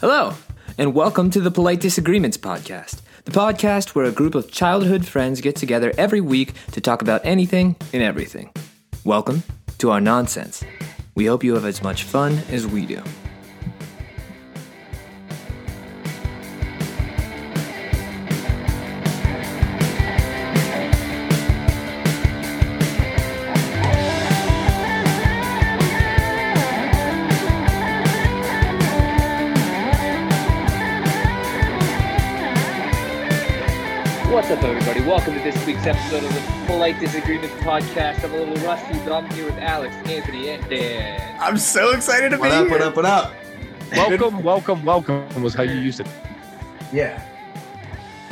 Hello, and welcome to the Polite Disagreements Podcast, the podcast where a group of childhood friends get together every week to talk about anything and everything. Welcome to our nonsense. We hope you have as much fun as we do. What's up, everybody? Welcome to this week's episode of the Polite Disagreements Podcast. I'm a little rusty, but I'm here with Alex, Anthony, and Dan. I'm so excited to be What up, here. what up, what up? Welcome, welcome, welcome was how you used it. Yeah.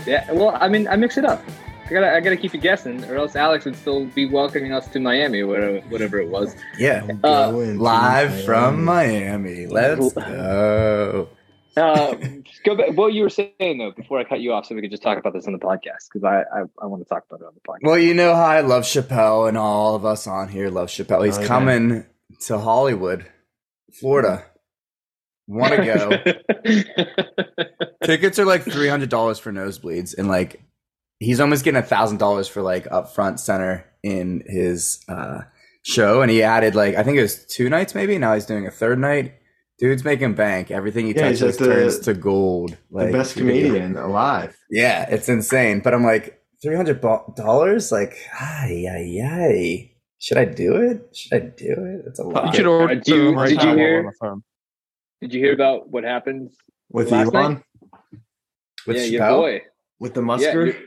Yeah, well, I mean, I mix it up. I gotta, I gotta keep you guessing, or else Alex would still be welcoming us to Miami, whatever, whatever it was. Yeah. Uh, Live from Miami. Let's go. uh, just go back. What you were saying though, before I cut you off, so we could just talk about this on the podcast because I, I, I want to talk about it on the podcast. Well, you know how I love Chappelle, and all of us on here love Chappelle. He's Oh, yeah. coming to Hollywood, Florida. Want to go? Tickets are like three hundred dollars for nosebleeds, and like he's almost getting a thousand dollars for like up front center in his uh show. And he added like I think it was two nights maybe. Now he's doing a third night. Dude's making bank. Everything he Yeah, he's touches like the- turns to gold. Like the best dude. comedian alive. Yeah, it's insane. But I'm like, three hundred dollars? Like, ay, ay, ay. Should I do it? Should I do it? It's a You lot. should order Did you- them right did you now while hear- we're on the phone. Did you hear about what happened? With Last Elon? night? With yeah, your Chappelle? boy. With the Yeah, Musker? you-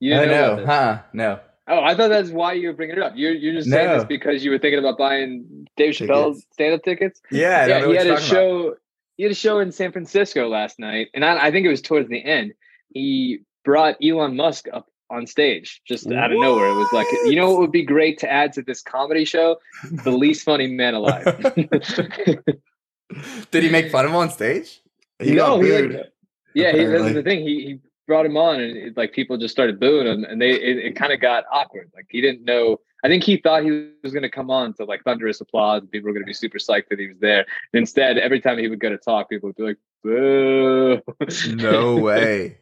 you didn't I know. about know, this. huh? No. Oh, I thought that's why you were bringing it up. You're, you're just saying No. this because you were thinking about buying Dave Chappelle's Tickets. stand up tickets. Yeah, I don't he know what had you're a talking about. show. He had a show in San Francisco last night, and I, I think it was towards the end. He brought Elon Musk up on stage just out of nowhere. It was like, you know, what would be great to add to this comedy show? The least funny man alive. Did he make fun of him on stage? He No, got he, like, booed. yeah, he, that's Apparently. the thing. He, he brought him on, and it, like people just started booing him, and they it, it kind of got awkward. Like he didn't know. I think he thought he was going to come on to like thunderous applause. and People were going to be super psyched that he was there. And instead, every time he would go to talk, people would be like, "Boo!" No way.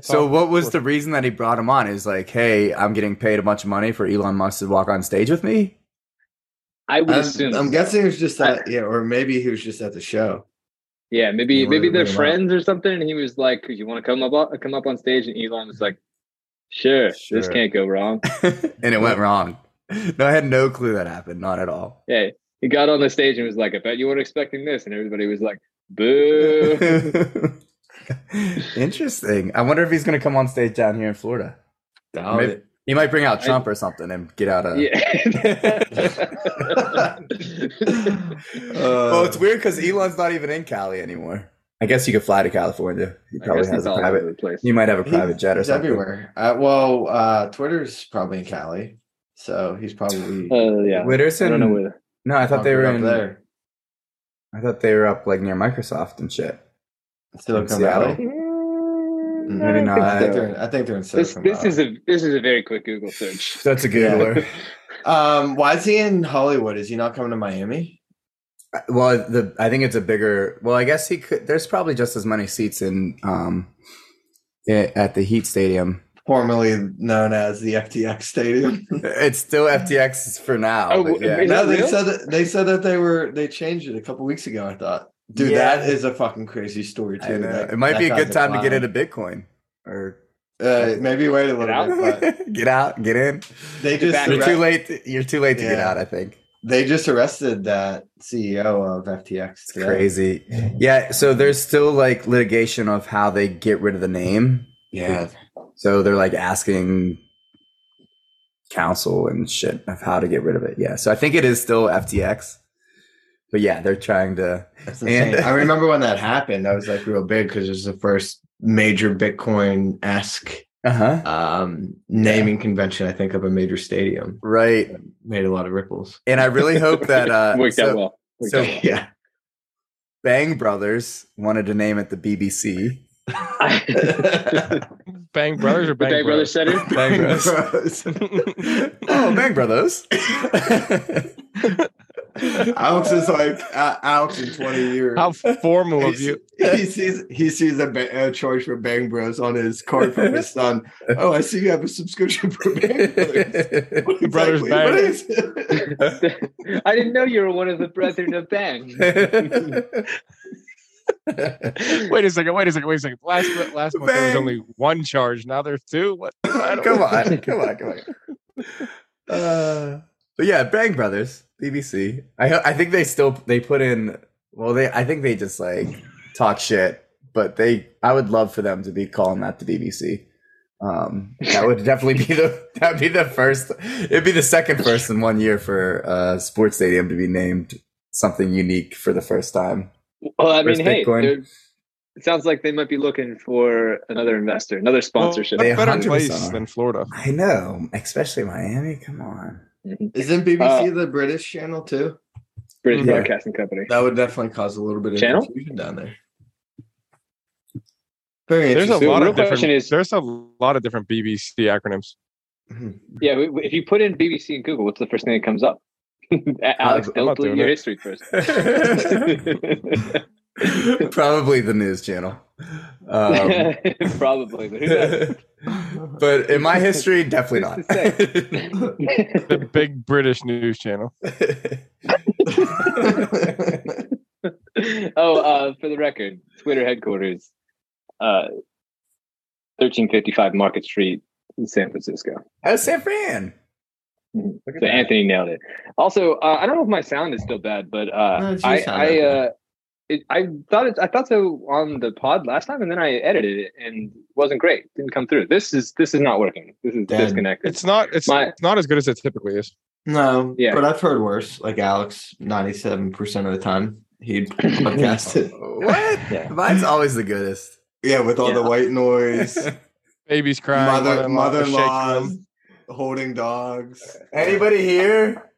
so all- what was the reason that he brought him on? Is like, hey, I'm getting paid a bunch of money for Elon Musk to walk on stage with me. I would I'm, assume. I'm guessing it was just that, yeah, or maybe he was just at the show. yeah, maybe You maybe wanted to they're bring him up. friends or something. And he was like, "You want to come up on- come up on stage?" And Elon was like, "Sure, this Sure. can't go wrong." and it went wrong. No, I had no clue that happened. Not at all. Yeah, he got on the stage and was like, "I bet you weren't expecting this," and everybody was like, "Boo!" Interesting. I wonder if he's going to come on stage down here in Florida. Doubt Maybe- it. He might bring out I- Trump or something and get Uh. out of. Yeah. well, it's weird because Elon's not even in Cali anymore. I guess you could fly to California. He I guess probably he's has a all over private. the place. You might have a He- private jet or He's something. everywhere. Uh, well, uh, Twitter's probably in Cali, so he's probably. Uh, yeah. Witterson. I don't know where. No, I thought they were up in. there. I thought they were up like near Microsoft and shit. Silicon Seattle. Valley. Maybe uh, I don't not. think Mm-hmm. I so. think they're in, I think they're in This Silicon this Valley. is a this is a very quick Google search. That's a Googler. um, why is he in Hollywood? Is he not coming to Miami? well, the I think it's a bigger. Well, I guess he could. There's probably just as many seats in um i- at the Heat Stadium. Formerly known as the FTX Stadium. It's still FTX for now. Oh, but yeah. Is no, that they real? said that they said that they were they changed it a couple weeks ago. I thought, dude, Yeah. that is a fucking crazy story I too. know. That- it might be a that good guy's time to get wild. into Bitcoin or Uh, maybe wait a little bit, but get out, get in. they Get just back. You're arre- too late. to- you're too late to get Yeah. out. I think they just arrested that CEO of FTX. it's today. crazy. Yeah. So there's still like litigation of how they get rid of the name. Yeah, So they're like asking counsel and shit of how to get rid of it. Yeah. So I think it is still FTX. But yeah, they're trying to. that's insane. And- I remember when that happened. That was like real big because it was the first major Bitcoin esque Uh huh. um, naming convention. I think of a major stadium Right. made a lot of ripples. And I really hope that uh, worked so out well. Worked so- out well. Yeah. Bang Brothers wanted to name it the BBC. Bang Brothers or The Bang, Bang Brothers Brothers? said it. Bang Bros. Gross. oh, Bang Brothers. Alex is like uh, Alex in 20 years. How formal of He you. se- He sees he sees a, ba- a charge for Bang Bros on his card from his son. Oh, I see you have a subscription for Bang Bros. What Brothers exactly- Bang. what is it? I didn't know you were one of the brethren of Bang. Wait a second. Wait a second. Wait a second. Last mo- last month there was Bang. only one charge. Now there's two. What? I don't- come on, come on, come on. Uh, but yeah, Bang Brothers, BBC. I ho- I think they still they put in. Well, they I think they just like talk shit, but they I would love for them to be calling that the BBC. Um, that would definitely be the that would be the first. It'd be the second first in one year for uh, sports stadium to be named something unique for the first time. Well, I mean, Where's hey, Bitcoin? they're- it sounds like they might be looking for another investor, another sponsorship. What They better 100% place are. than Florida? I know, especially Miami. Come on. Isn't BBC Uh, the British channel too? British Yeah. Broadcasting Company. That would definitely cause a little bit of Channel? confusion down there. Very There's a interesting. The lot real of different. question is- there's a lot of different BBC acronyms. Yeah, w- w- if you put in BBC and Google, what's the first thing that comes up? Alex, I'm not doing don't delete your it. history first. Probably the news channel. Um, Probably, but who knows? but in my history, definitely not. Who's to The big British news channel. oh, uh, for the record, Twitter headquarters, uh, 1355 Market Street, San Francisco. How's San Fran? Mhm. Look at So that. Anthony nailed it. Also, uh, I don't know if my sound is still bad, but uh, No, it's your I sound, I, Anthony. uh, it, I thought it, I thought so on the pod last time, and then I edited it and it wasn't great. Didn't come through. This is this is not working. This is Dead. disconnected. It's not. It's, My- it's not as good as it typically is. no, Yeah. but I've heard worse. Like Alex, 97% of the time, he'd podcast it. What? Yeah. Mine's always the goodest. Yeah, with all the Yeah. white noise, Babies crying. mother mother-in-law mother in shaking laws them. holding dogs. Anybody here?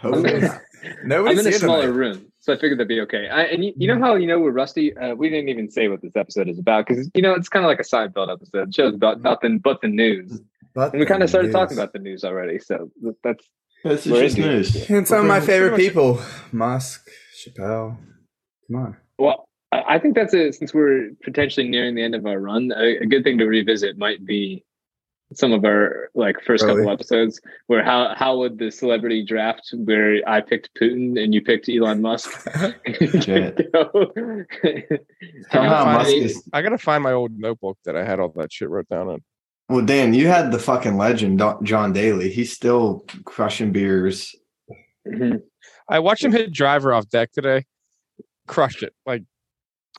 Hopefully not. Nobody's I'm in a here smaller tonight. room, so I figured that'd be okay. I, and you, you know how you know we're rusty. Uh, we didn't even say what this episode is about because you know it's kind of like a Seinfeld episode. The show's about nothing but the news, But and we kind of started news. talking about the news already. So th- that's This is We're just into it. news. And some of my favorite Pretty people: Musk, Chappelle. Come on. well. I I think that's a since we're potentially nearing the end of our run. A, a good thing to revisit might be some of our like first couple Early. episodes where how how would the celebrity draft where I picked Putin and you picked Elon Musk. Shit. Go. Somehow Fine. Musk is. I gotta find my old notebook that I had all that shit wrote down on. Well, Dan, you had the fucking legend, Don- John Daly. He's still crushing beers. Mhm. I watched him hit driver off deck today. Crushed it. Like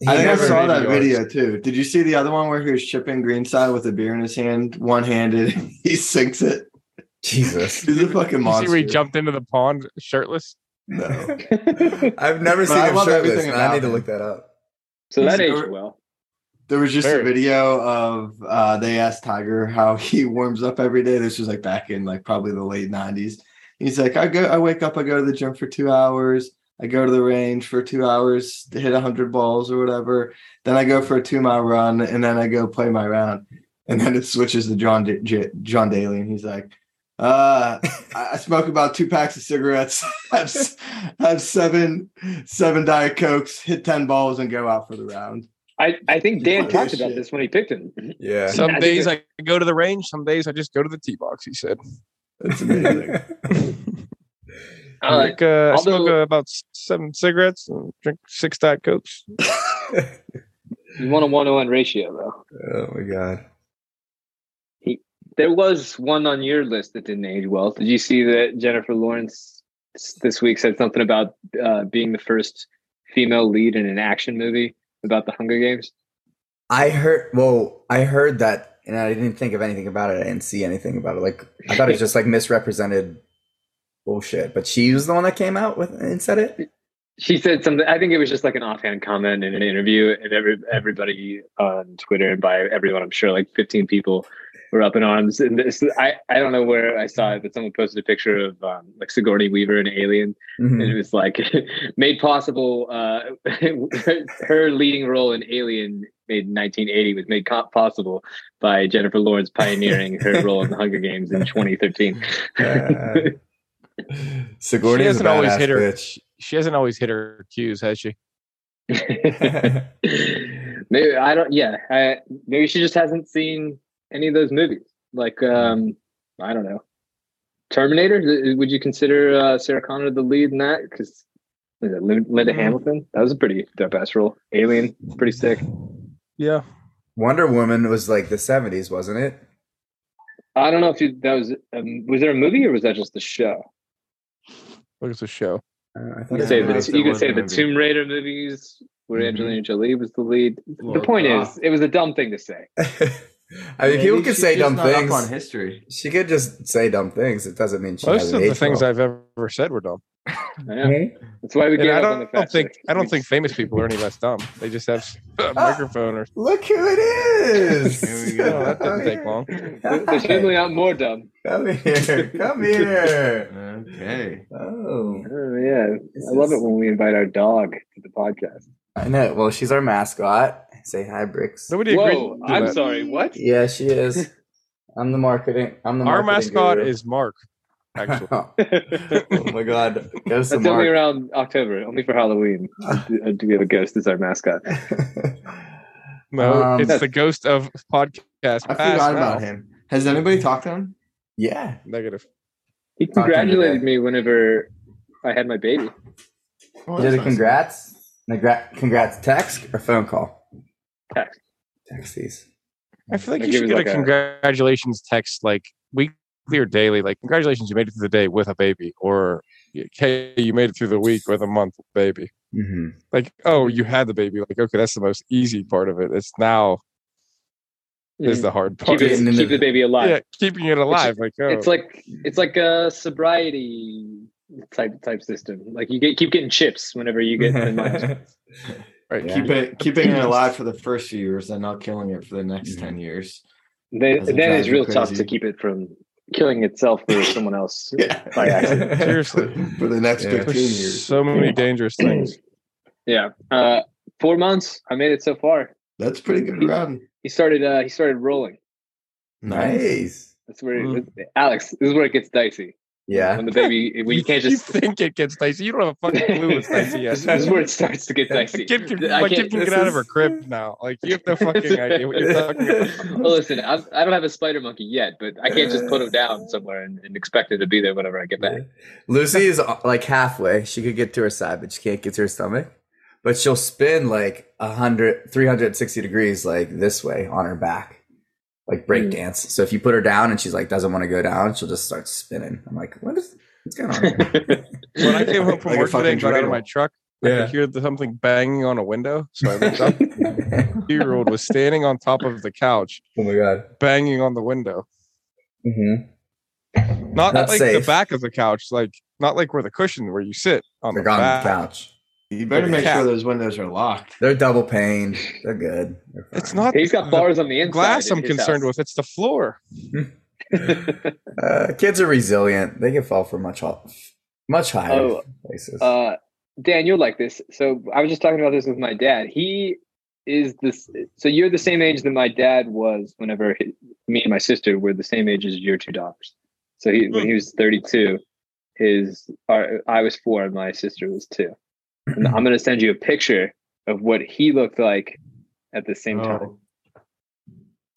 I think I never saw made that yards. video too. Did you see the other one where he was chipping greenside with a beer in his hand, one handed? He sinks it. Jesus. He's a fucking you see monster. where he jumped into the pond shirtless. Oh. No. I've never But seen I him shirtless. love everything and I about need to him. look that up. So that He's- aged well. There was just Very. a video of uh, they asked Tiger how he warms up every day. This was like back in like probably the late nineties. He's like, I go, I wake up, I go to the gym for two hours. I go to the range for two hours to hit hundred balls or whatever. Then I go for a two mile run, and then I go play my round. And then it switches to John D- J- John Daly, and he's like, uh, I I smoke about two packs of cigarettes, have, s- have seven seven diet cokes, hit ten balls, and go out for the round. I, I think Dan Holy talked about shit. this when he picked him. Yeah. Some I think days it's- I go to the range. Some days I just go to the tee box. He said. That's amazing. I, Uh, think, uh, I although- smoke uh, about s- seven cigarettes and drink six diet cokes. you want a one to one ratio though. oh my god. There was one on your list that didn't age well. Did you see that Jennifer Lawrence this week said something about uh, being the first female lead in an action movie about the Hunger Games? I heard. Well, I heard that, and I didn't think of anything about it. I didn't see anything about it. Like I thought it was just like misrepresented bullshit. But she was the one that came out with and said it. She said something. I think it was just like an offhand comment in an interview, and every everybody on Twitter and by everyone, I'm sure, like 15 people were up in arms. And this, I I don't know where I saw it, but someone posted a picture of um, like Sigourney Weaver in Alien. and Mhm. it was like made possible uh her leading role in alien made in 1980 was made co- possible by jennifer lawrence pioneering her role in the hunger games in 2013 Uh, Sigourney is a doesn't always badass hit her. bitch. She hasn't always hit her cues, has she? maybe I don't. Yeah, I, maybe she just hasn't seen any of those movies. Like, Mm-hmm. um, I don't know, Terminator. Th- Would you consider uh, Sarah Connor the lead in that? Because Linda Mm-hmm. Hamilton. That was a pretty dope ass role. Alien, pretty sick. Yeah. Wonder Woman was like the '70s, wasn't it? I don't know if you, that was um, was there a movie or was that just the show? Look, it's a show. Uh, I You think could Yeah, say I don't know if the, there you could was say a the movie. Tomb Raider movies where Mm-hmm. Mhm. Angelina Jolie was the lead. Lord, the point uh, ah. is, it was a dumb thing to say. I mean, people Maybe could she's say dumb just not up things. on history. She could just say dumb things. It doesn't mean she. Most has of an the age things problem. I've ever said were dumb. I know. That's why we And gave I up on the don't, fact think check. I don't We- think famous people are any less dumb. They just have a microphone or Look who it is! Here we no, go. that didn't take long. They're certainly not more dumb. Come here! Come here! Okay. Oh, Oh yeah, this I love it is- when we invite our dog to the podcast. I know. Well, she's our mascot. Say hi, Bricks. Nobody agreed. Whoa, to do I'm that. sorry. What? Yeah, she is. I'm the marketing. I'm the Our marketing mascot guru. is Mark. Actually, That's oh my god, go to only Mark. around October, only for Halloween. Do do we have a ghost as our mascot? no, Um, it's the ghost of podcast. I past forgot now. about him. Has anybody talked to him? yeah, Negative. He Talking congratulated today. me whenever I had my baby. Oh, you that's did a nice. congrats. Congra- Congrats, text or phone call. Text. Text these. I feel like They you give should you get like a a- congratulations text like weekly or daily, like congratulations, you made it through the day with a baby, or hey, you made it through the week with a month with baby. hmm Like, oh, you had the baby. Like, okay, that's the most easy part of it. It's now is the hard part. keep, it, Getting into keep the the- baby alive. yeah, keeping it alive. Like, oh, It's like it's like a sobriety type type system. Like you get keep getting chips whenever you get in mind. right, Yeah. keep Keep it, keeping it alive for the first few years and not killing it for the next Mhm. 10 years. Then, Doesn't then drive it's you real tough crazy? to keep it from killing itself or someone else. Yeah. By accident. Seriously. for the next Yeah. 15 there's years. so many dangerous things. Yeah. Uh, four months. I made it so far. That's pretty good run. He started. Uh, he started rolling. nice. That's where Mm. Alex. This is where it gets dicey. Yeah. When the baby, when you can't just. think it gets dicey. You don't have a fucking clue it's dicey yet. this, this is where it starts to get My dicey. kid can, I my kid can't- can this get out of is- her crib now. Like, you have no fucking idea what you're talking about. Well, listen, I, I don't have a spider monkey yet, but I can't just put him down somewhere and, and expect it to be there whenever I get back. Lucy is uh, like halfway. She could get to her side, but she can't get to her stomach. But she'll spin like 100, 360 degrees, like this way on her back, like break Mm. dance. So if you put her down and she's like, doesn't want to go down, she'll just start spinning. I'm like, what is what's going on? Here? When I came home from Like a work today fucking and got out of my dreidel. truck, I could hear the, something banging on a window. So I looked up. oh Two year old was standing on top of the couch, my God. banging on the window. hmm Not Not like safe. the back of the couch, like not like where the cushion where you sit on They're the gone on back. the couch. You better make Yeah. sure those windows are locked. They're double pained. They're good. They're It's fine. not He's got bars on the the inside. Uh, glass in I'm his concerned house. with. It's the floor. Uh, kids are resilient. They can fall for much ho- much higher Oh, places. Uh, Dan, you'll like this. So I was just talking about this with my dad. He is this. So you're the same age that my dad was whenever he, me and my sister were the same age as your two daughters. So he, when he was 32, his our, I was four and my sister was two. And I'm going to send you a picture of what he looked like at the same time. Oh,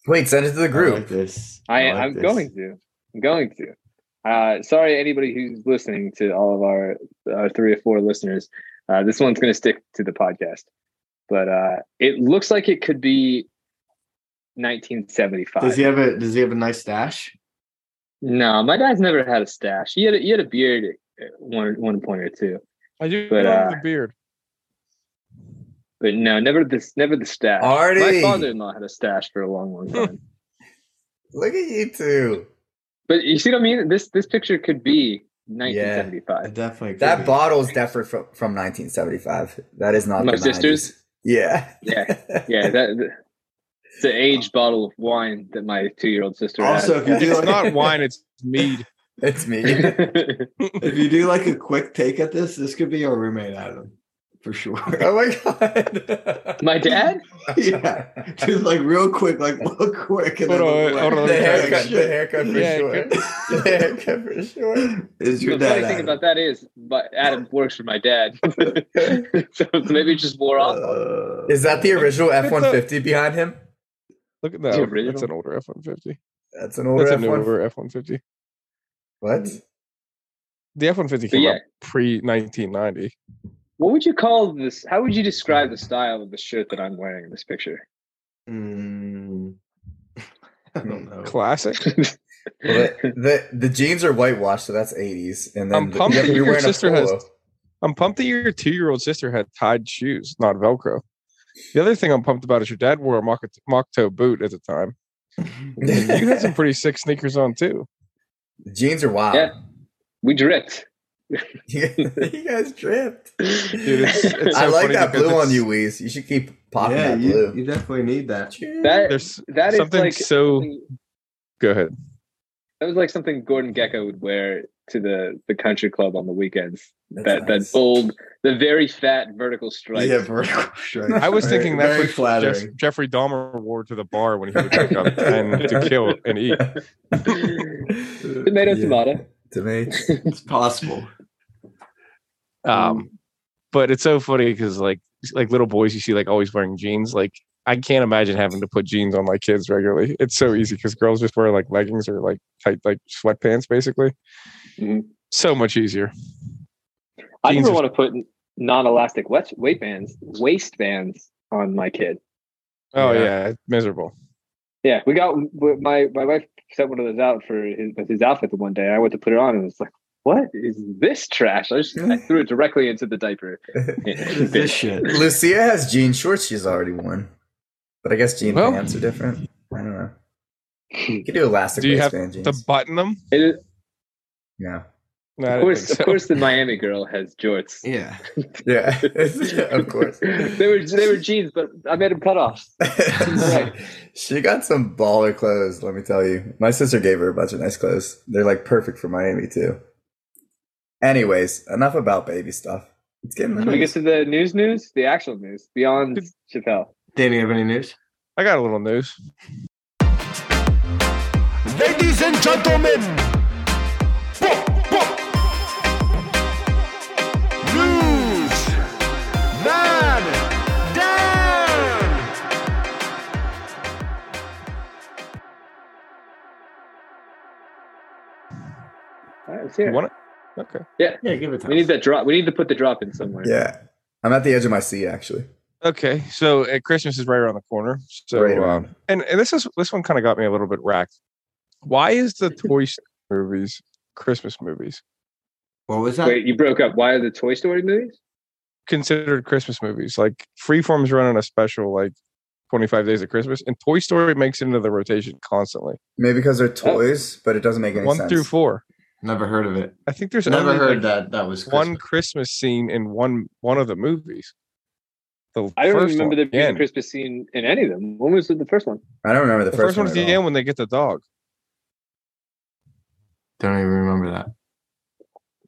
Wait, send it to the I group. like this. I, like I'm this. going to. I'm going to. Uh, sorry, anybody who's listening to all of our, our three or four listeners. Uh, this one's going to stick to the podcast, but uh, it looks like it could be Does 1975. he have a Does he have a nice stash? no, my dad's never had a stash. He had a, he had a beard at one one point or two, I do But, remember uh, the beard. but no, never this never the stash. Artie! uh, My father-in-law had a stash for a long, long time. Look at you two. but you see what I mean? This this picture could be It 1975. definitely. could That be. bottle is different from, from 1975. That is not My the sister's? 90s. Yeah. Yeah. Yeah, that th- it's an aged bottle of wine that my two-year-old sister. Also, if you has. do It's like, not wine, it's mead. it's me. if you do like a quick take at this, this could be our roommate Adam. for sure. Oh my god. My dad? yeah, just like real quick, like real quick, and then Hold on, look away. hold on, the let me try Like, that. haircut, the haircut for shit, Yeah, sure. The haircut for sure. Is your the funny dad? thing Adam. about that is, but Adam works for my dad, so maybe it just wore off. Uh, Is that the original F one fifty behind him? Look at It's that. original. That's an older F one fifty. That's an older That's a F one. newer F one fifty. What? The F one fifty But came yeah. out pre nineteen ninety. What would you call this? How would you describe the style of the shirt that I'm wearing in this picture? mm, I don't know. Classic. Well, the, the the jeans are whitewashed, so that's eighties. And then I'm pumped the, that your wearing a sister has- polo. I'm pumped that your two year old sister had tied shoes, not Velcro. The other thing I'm pumped about is your dad wore a mock, mock toe boot at the time. You had some pretty sick sneakers on too. The jeans are wild. Yeah. we dripped. you guys dripped. Dude, it's, it's so I like funny that because blue on it's- you, Weez. You should keep popping yeah, that you, blue. you definitely need that. That There's that is something like so. Go ahead. that was like something Gordon Gecko would wear to the the country club on the weekends. That's that nice. that bold, the very fat vertical stripe. yeah, vertical strike. I was Very- thinking that's very what flattering. Jeff- Jeffrey Dahmer wore to the bar when he would pick up and to kill and eat. tomato, Yeah. tomato. Tomato. It's possible. Um, but it's so funny because like like little boys you see like always wearing jeans. Like I can't imagine having to put jeans on my kids regularly. It's so easy because girls just wear like leggings or like tight like sweatpants basically. Mhm. So much easier. I Jeans never are- want to put non-elastic wet, weight bands, waistbands on my kid. Oh Yeah. yeah, it's miserable. Yeah, we got w- my my wife sent one of those out for his, with his outfit the one day. And I went to put it on, and it's like, what is this trash? I just I threw it directly into the diaper. Is this shit? Lucia has jean shorts she's already worn. But I guess jean Well- pants are different. I don't know. You could do elastic Do you have waistband To jeans. button them. It is, yeah. No, I of didn't course, think so. of course, the Miami girl has jorts. Yeah. Yeah. of course. they were they were jeans, but I made them cutoffs. Right. she got some baller clothes, let me tell you. My sister gave her a bunch of nice clothes. They're like perfect for Miami too. Anyways, enough about baby stuff. It's getting Can we get nice. to the news? News, the actual news beyond Chappelle. Danny, have any news? I got a little news. Ladies and gentlemen, book, book. news, man, down. All right, let's hear You it. want it? Okay. Yeah, give it to We need that drop. We need to put the drop in somewhere. Yeah. I'm at the edge of my seat actually. Okay. So uh, Christmas is right around the corner. So Right uh, around. and, and this is this one kind of got me a little bit racked. Why is the Toy Story movies Christmas movies What was that? Wait, you broke up. Why are the Toy Story movies? considered Christmas movies? Like Freeform's running a special like 25 Days of Christmas, and Toy Story makes it into the rotation constantly, Maybe because oh. they're toys, but it doesn't make any one sense. through four. Never heard of it. I think there's Never only, heard like, that. That was one Christmas. Christmas scene in one one of the movies. The I don't first remember one, there being a end. Christmas scene in any of them. When was the first one? I don't remember the, The first one's at the all. end when they get the dog. Don't even remember that.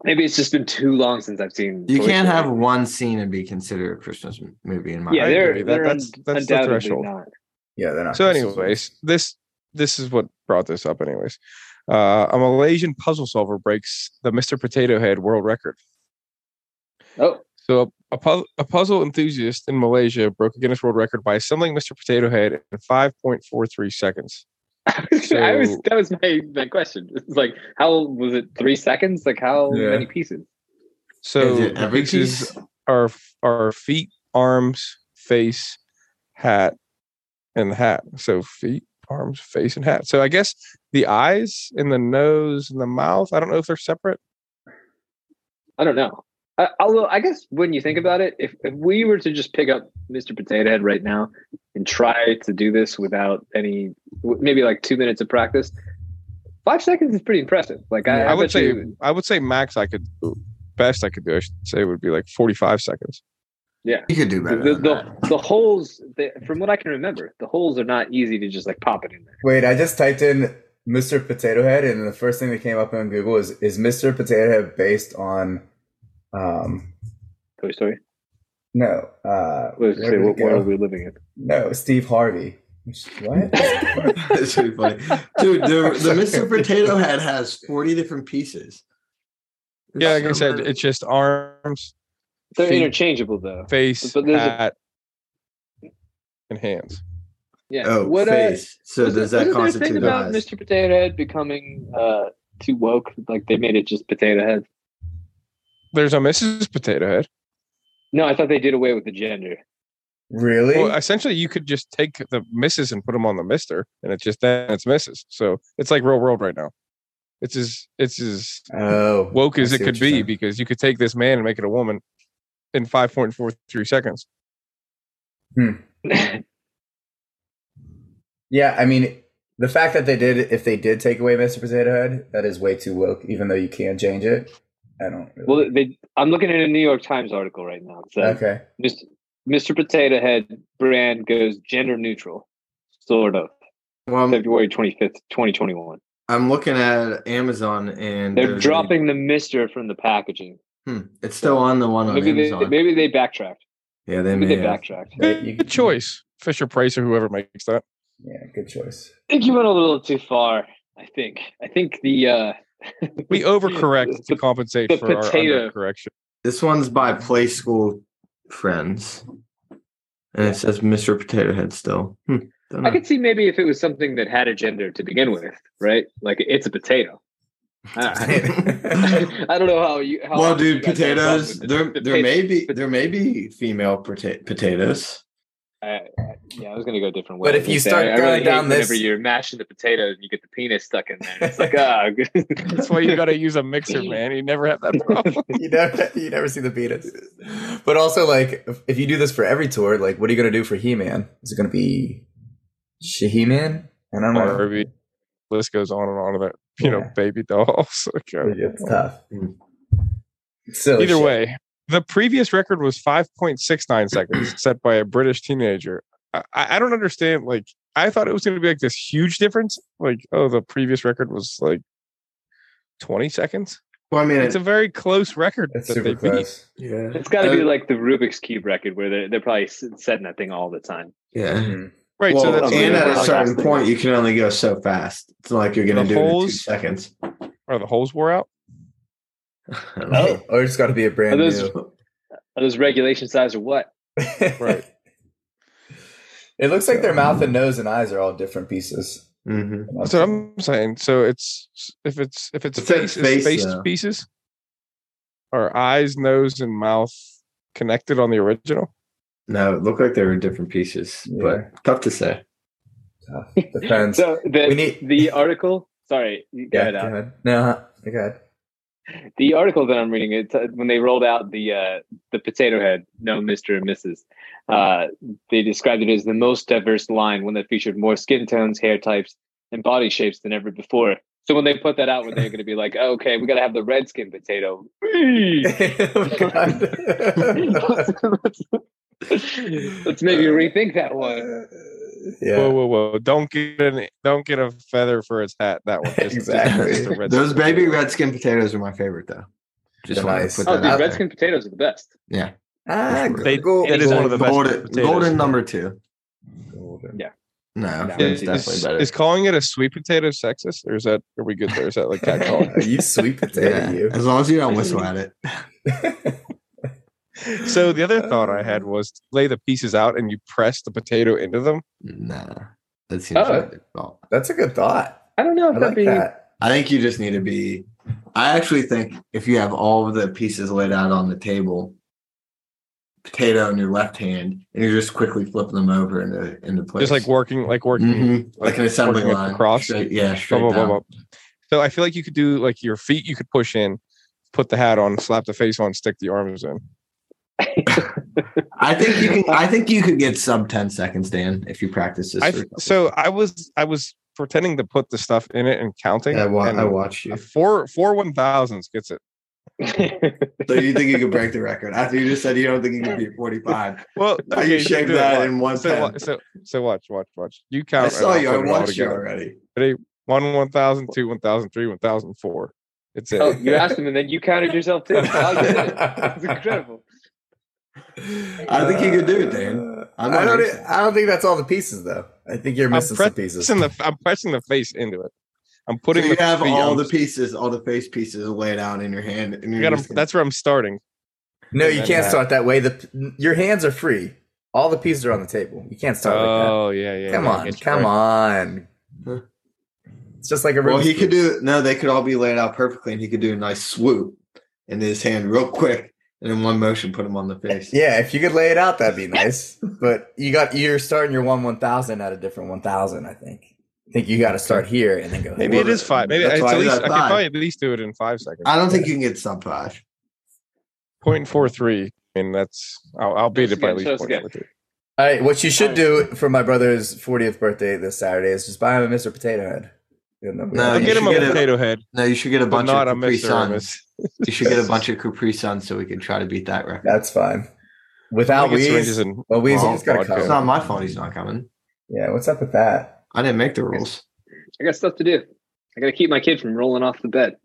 Maybe it's just been too long since I've seen. You Toy can't Story. have one scene and be considered a Christmas m- movie in my Yeah, I they're, agree. That- they're that's- un- that's the undoubtedly threshold. not. Yeah, they're not. So, Christmas anyways, this this is what brought this up. Anyways, uh, a Malaysian puzzle solver breaks the Mr. Potato Head world record. Oh, So, a, pu- a puzzle enthusiast in Malaysia broke a Guinness World Record by assembling Mr. Potato Head in 5.43 seconds. I was. So- That was my, my question. It's like, how was it? Three seconds? Like how Yeah. many pieces? So, Is it the every pieces piece? are are feet, arms, face, hat, and the hat. So feet, arms, face, and hat. So I guess the eyes and the nose and the mouth. I don't know if they're separate. I don't know. I, although I guess when you think about it, if, if we were to just pick up Mr. Potato Head right now and try to do this without any, w- maybe like two minutes of practice, five seconds is pretty impressive. Like I, I, I would bet say you- I would say max I could best I could do I should say would be like 45 seconds. yeah. You could do The, better. the, than that. the, the holes, the, from what I can remember, the holes are not easy to just like pop it in there. Wait, I just typed in Mr. Potato Head, and the first thing that came up on Google is is Mr. Potato Head based on um Toy Story. No. Uh, Let's where say, did it what go? world are we living in? No, Steve Harvey. What? That's pretty funny, dude. The, the Mr. Potato Head has forty different pieces. There's Yeah, like I so said, many. it's just arms, They're Feet. interchangeable though. face, But there's a- hat, and hands. Yeah. oh what uh, face. so wasn't- does that wasn't there a thing constitute about eyes? Mr. Potato Head becoming uh, too woke? Like they made it just Potato Head. There's a Mrs. Potato Head. No, I thought they did away with the gender. really? Well, essentially, you could just take the Mrs. and put them on the Mister, and it's just then it's Mrs. So it's like real world right now. It's as it's as oh, woke as I it see could what you're be saying. because you could take this man and make it a woman in 5.43 seconds. Yeah, I mean, the fact that they did, if they did take away Mr. Potato Head, that is way too woke. Even though you can change it, I don't. Really, well, they, I'm looking at a New York Times article right now. So okay, Mr. Mr. Potato Head brand goes gender neutral, sort of. Well, I'm, February 25th, 2021. I'm looking at Amazon and They're there's a- dropping the Mister from the packaging. hmm, it's still on the one on Maybe they Amazon. maybe they backtracked. yeah, they Maybe may. they have. backtracked. I But you- Good choice, Fisher Price or whoever makes that. Yeah, good choice. think you went a little too far. I think. I think the uh, We overcorrect to The- compensate the for potato. our undercorrection. This one's by Play School Friends, and it says Mr. Potato Head still. Hmm, don't I know. could see maybe if it was something that had a gender to begin with, right? Like it's a potato. I I don't know how you. How well, else you dude, guys have a problem potatoes. with the- There, the there may pota- be there may be female pota- potatoes. I- I- yeah, I was gonna go a different way. But if you start I really going hate down this- whenever you're mashing the potato and you get the penis stuck in there, it's like ah. That's why you got to use a mixer, man. You never have that problem. you never, you never see the penis. But also, like, if, if you do this for every tour, like, what are you gonna do for He Man? Is it gonna be She He Man? I don't know. Barbie. List goes on and on of that. You know, Yeah. baby dolls. Okay. It's tough. So Either way, the previous record was 5.69 seconds set by a British teenager. I, I I don't understand. Like, I thought it was going to be like this huge difference. Like, oh, the previous record was like 20 seconds. Well, I mean, It's a very close record that's that super they beat. close. yeah, It's got to be Uh, like the Rubik's cube record where they're they're probably s- setting that thing all the time. yeah. Mhm. Right. well, so that's and really at a what certain I'm point, you can only go so fast. It's not like you're going to The do it in two holes- seconds. are the holes wore out? Oh, or it's got to be a brand Are those- new. Are those regulation size or what? Right. um, It looks like their mouth and nose and eyes are all different pieces. hmm That's what I'm saying. So it's if it's if it's It said face, face, it's face though. pieces, or eyes, nose, and mouth connected on the original. No, it looked like they were different pieces, Yeah. but tough to say. Tough. Depends. So the We need- the article. Sorry, you go yeah, ahead, go Al. ahead. No, uh, go ahead. the article that I'm reading, it when they rolled out the uh, the potato head, no Mister and Mrs. Uh, they described it as the most diverse line, one that featured more skin tones, hair types, and body shapes than ever before. So when they put that out, when they're going to be like, "Oh, okay, we got to have the red skin potato. let's, God. let's maybe rethink that one. yeah. Whoa, whoa, whoa! Don't get an, don't get a feather for his hat. That one Just- just- Exactly. just a red Those skin. baby red skin potatoes are my favorite, though. Just They're wanted nice. to put Oh, that out dude, there. red skin potatoes are the best. Ah, They- gold- it is one of the best golden, potatoes. golden number two. golden. Yeah. No, No, it's Is, definitely is- better. is calling it a sweet potato sexist, or is that are we good there? Is that like cat calling? Are you sweet yeah, potato? as long as you don't whistle at it. You. so the other thought I Uh. had was lay the pieces out and you press the potato into them. Nah, that seems Oh. like their fault. That's a good thought. I don't know if I that'd like be. that. I think you just need to be. I actually think if you have all of the pieces laid out on the table, potato in your left hand, and you're just quickly flipping them over into into place, Just like working, like working. Mhm, like, an assembly working it line, across. Straight, yeah, Blah, straight blah, blah, down. blah. So I feel like you could do like your feet. You could push in, put the hat on, slap the face on, stick the arms in. I think you can. I think you could get sub ten seconds, Dan, if you practice this. I for a couple- so I was I was pretending to put the stuff in it and counting. I, wa- and I watch you. a Four four one thousands gets it. So you think you could break the record after you just said you don't think you can beat forty five? Well, Now you so shaved do it. that Watch. in one So, wa- pen. so so watch watch watch. You count. I and saw I'll you. I put it all watched you together. already. One one thousand, two one thousand, three one thousand, four. It's it. oh, you asked him, and then you counted yourself too. Wow, you did it. It's incredible. I think you could do it, Dan. I'm Uh, I not don't. e, against it. I don't think that's all the pieces, though. I think you're I'm missing some pieces. pressing the I'm pressing the face into it. I'm putting So you the have feet- all I'm- the pieces, all the face pieces laid out in your hand. And I you're gotta- just gonna- that's where I'm starting. no, you Yeah. can't start that way. The your hands are free. All the pieces are on the table. You can't start Oh yeah, like yeah. that. Come yeah, I on, get you, come right. on. Huh. It's just like a. well, Rubik's he could Cube. do no. They could all be laid out perfectly, and he could do a nice swoop in his hand, real quick, and in one motion, put him on the face. Yeah, if you could lay it out, that'd be nice. but you got you're starting your one one thousand at a different one thousand. I think. I think you got to start here and then go. Maybe here. it is five. Maybe That's it's why I at did least I that could five. probably at least do it in five seconds. I don't think you can get sub five. Point four three, and that's I'll, I'll beat Close it by at again, least close point again. four three. All right, what you should do for my brother's 40th birthday this Saturday is just buy him a Mr. Potato Head. You know, No, I'll you get him should a get a- potato head, No, you should get a but bunch not a of Capri Mister or a Suns. Miss. You should get a bunch of Capri Suns so we can try to beat that record. That's fine. I Without get syringes Weez, and well, Well, Weez, got to vodka. It's come. not my fault he's not coming. Yeah, what's up with that? I didn't make the rules. I got stuff to do. I got to keep my kid from rolling off the bed.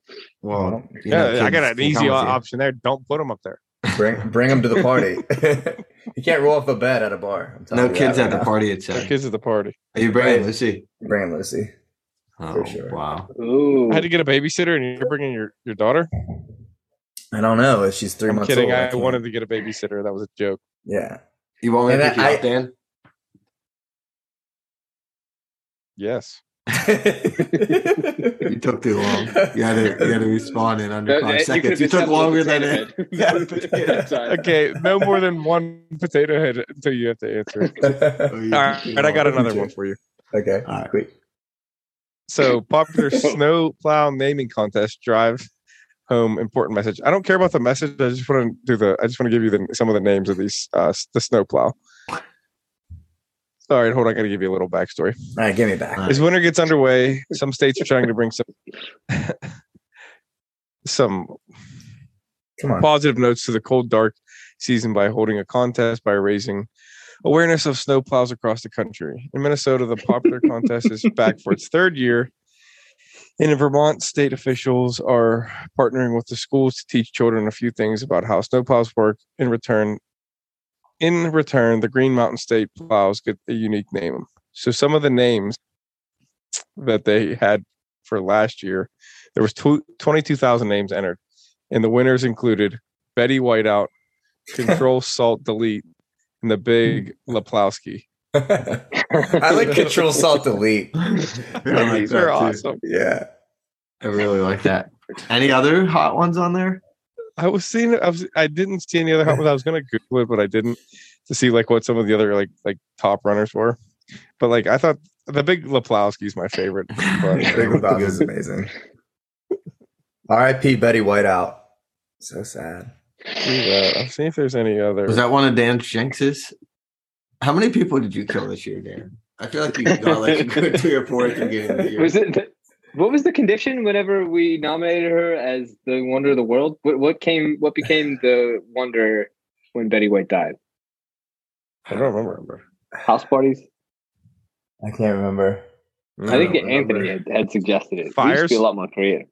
Well, you know, yeah, I kids got an can come easy with you. option there. Don't put him up there. Bring bring him to the party. you can't roll off a bed at a bar. I'm telling you No that kids right at the now. party. It's The said. kids at the party. Are you bringing Right. Lucy? Bring him, Lucy. Oh, For sure. wow. Ooh. I had to get a babysitter, and you're bringing your, your daughter. I don't know if she's 3 I'm months kidding. old. I can't- wanted to get a babysitter. That was a joke. Yeah. You want me to And pick you I- up, Dan? Yes. You took too long. You had to, you had to respond in under That- five that- you could've seconds. You just took had a longer than potato it. head. Yeah. Potato side. Okay. No more than one potato head until you have to answer. it. Oh, okay. you All took right, too all right, I got long. another one for you. All right. Quick. So popular snow plow naming contest drive home important message. I don't care about the message. I just want to do the. I just want to give you the, some of the names of these uh, s- the snow plow. All right, hold on. I got to give you a little backstory. All right, give me back. All As winter gets underway, some states are trying to bring some some Come on. positive notes to the cold, dark season by holding a contest by raising awareness of snow plows across the country. In Minnesota, the popular contest is back for its third year. And in Vermont, state officials are partnering with the schools to teach children a few things about how snow plows work. In return, in return, the Green Mountain State plows get a unique name. So some of the names that they had for last year, there was tw- 22,000 names entered and the winners included Betty Whiteout, Control Salt Delete, and the Big Laplowski. I like Control Salt Delete. I like These that, are too. awesome. Yeah. I really like that. Any other hot ones on there? I was seeing, I was, I didn't see any other hot ones. I was gonna Google it, but I didn't to see like what some of the other like like top runners were. But like I thought the Big Laplowski is my favorite. But Big Lebowski is amazing. R.I.P. Betty Whiteout. So sad. uh, I'll see if there's any other. Was that one of Dan Jenks's? How many people did you kill this year, Dan? I feel like you got like a good three or four at the beginning of the year. Was it? The, what was the condition whenever we nominated her as the wonder of the world? What, what came? What became the wonder when Betty White died? I don't remember. House parties? I can't remember. I, think don't Anthony remember. had, had suggested it. We used Fires? to be a lot more creative.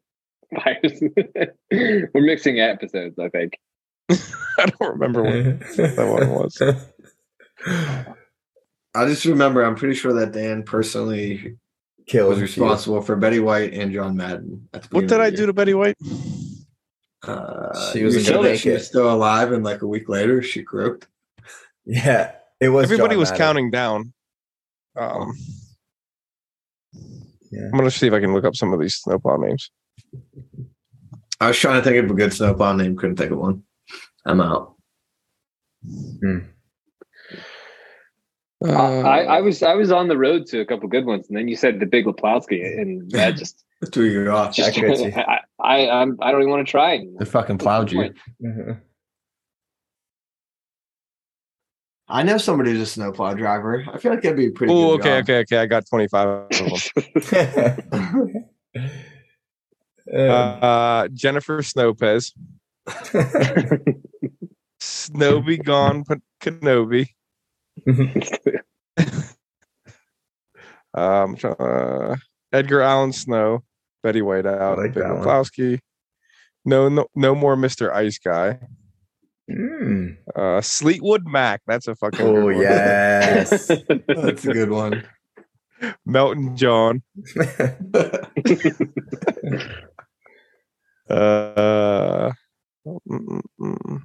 Fires. We're mixing episodes. I think. I don't remember what that one was. I just remember. I'm pretty sure that Dan personally Kill was responsible for Betty White and John Madden. At the What did I do to Betty White? To- uh, She she was was in good She shape. was still alive, and like a week later, she groped. Yeah. It was. Everybody John was Madden. counting down. Um, Yeah. I'm gonna see if I can look up some of these snowplow names. I was trying to think of a good snowplow name, couldn't think of one. I'm out. Uh, I, I was I was on the road to a couple good ones, and then you said the Big Laplowski, and that just Threw you off. just I could see. I, I I'm I don't even want to try anymore. It fucking plowed you. Mhm. I know somebody who's a snowplow driver. I feel like that'd be a pretty. oh, good okay, job. okay, okay. I got 25 of them. Uh, Uh, uh, Jennifer Snopez, Snowbegone Gone P- Kenobi. Um, try- uh, Edgar Allan Snow, Betty Whiteout, I like Big that one. Lebowski. No, no, no more Mr. Ice Guy. Mm. Uh, Sleetwood Mac. That's a fucking. Oh good one. yes. That's a good one. Melton John. Uh, mm, mm, mm.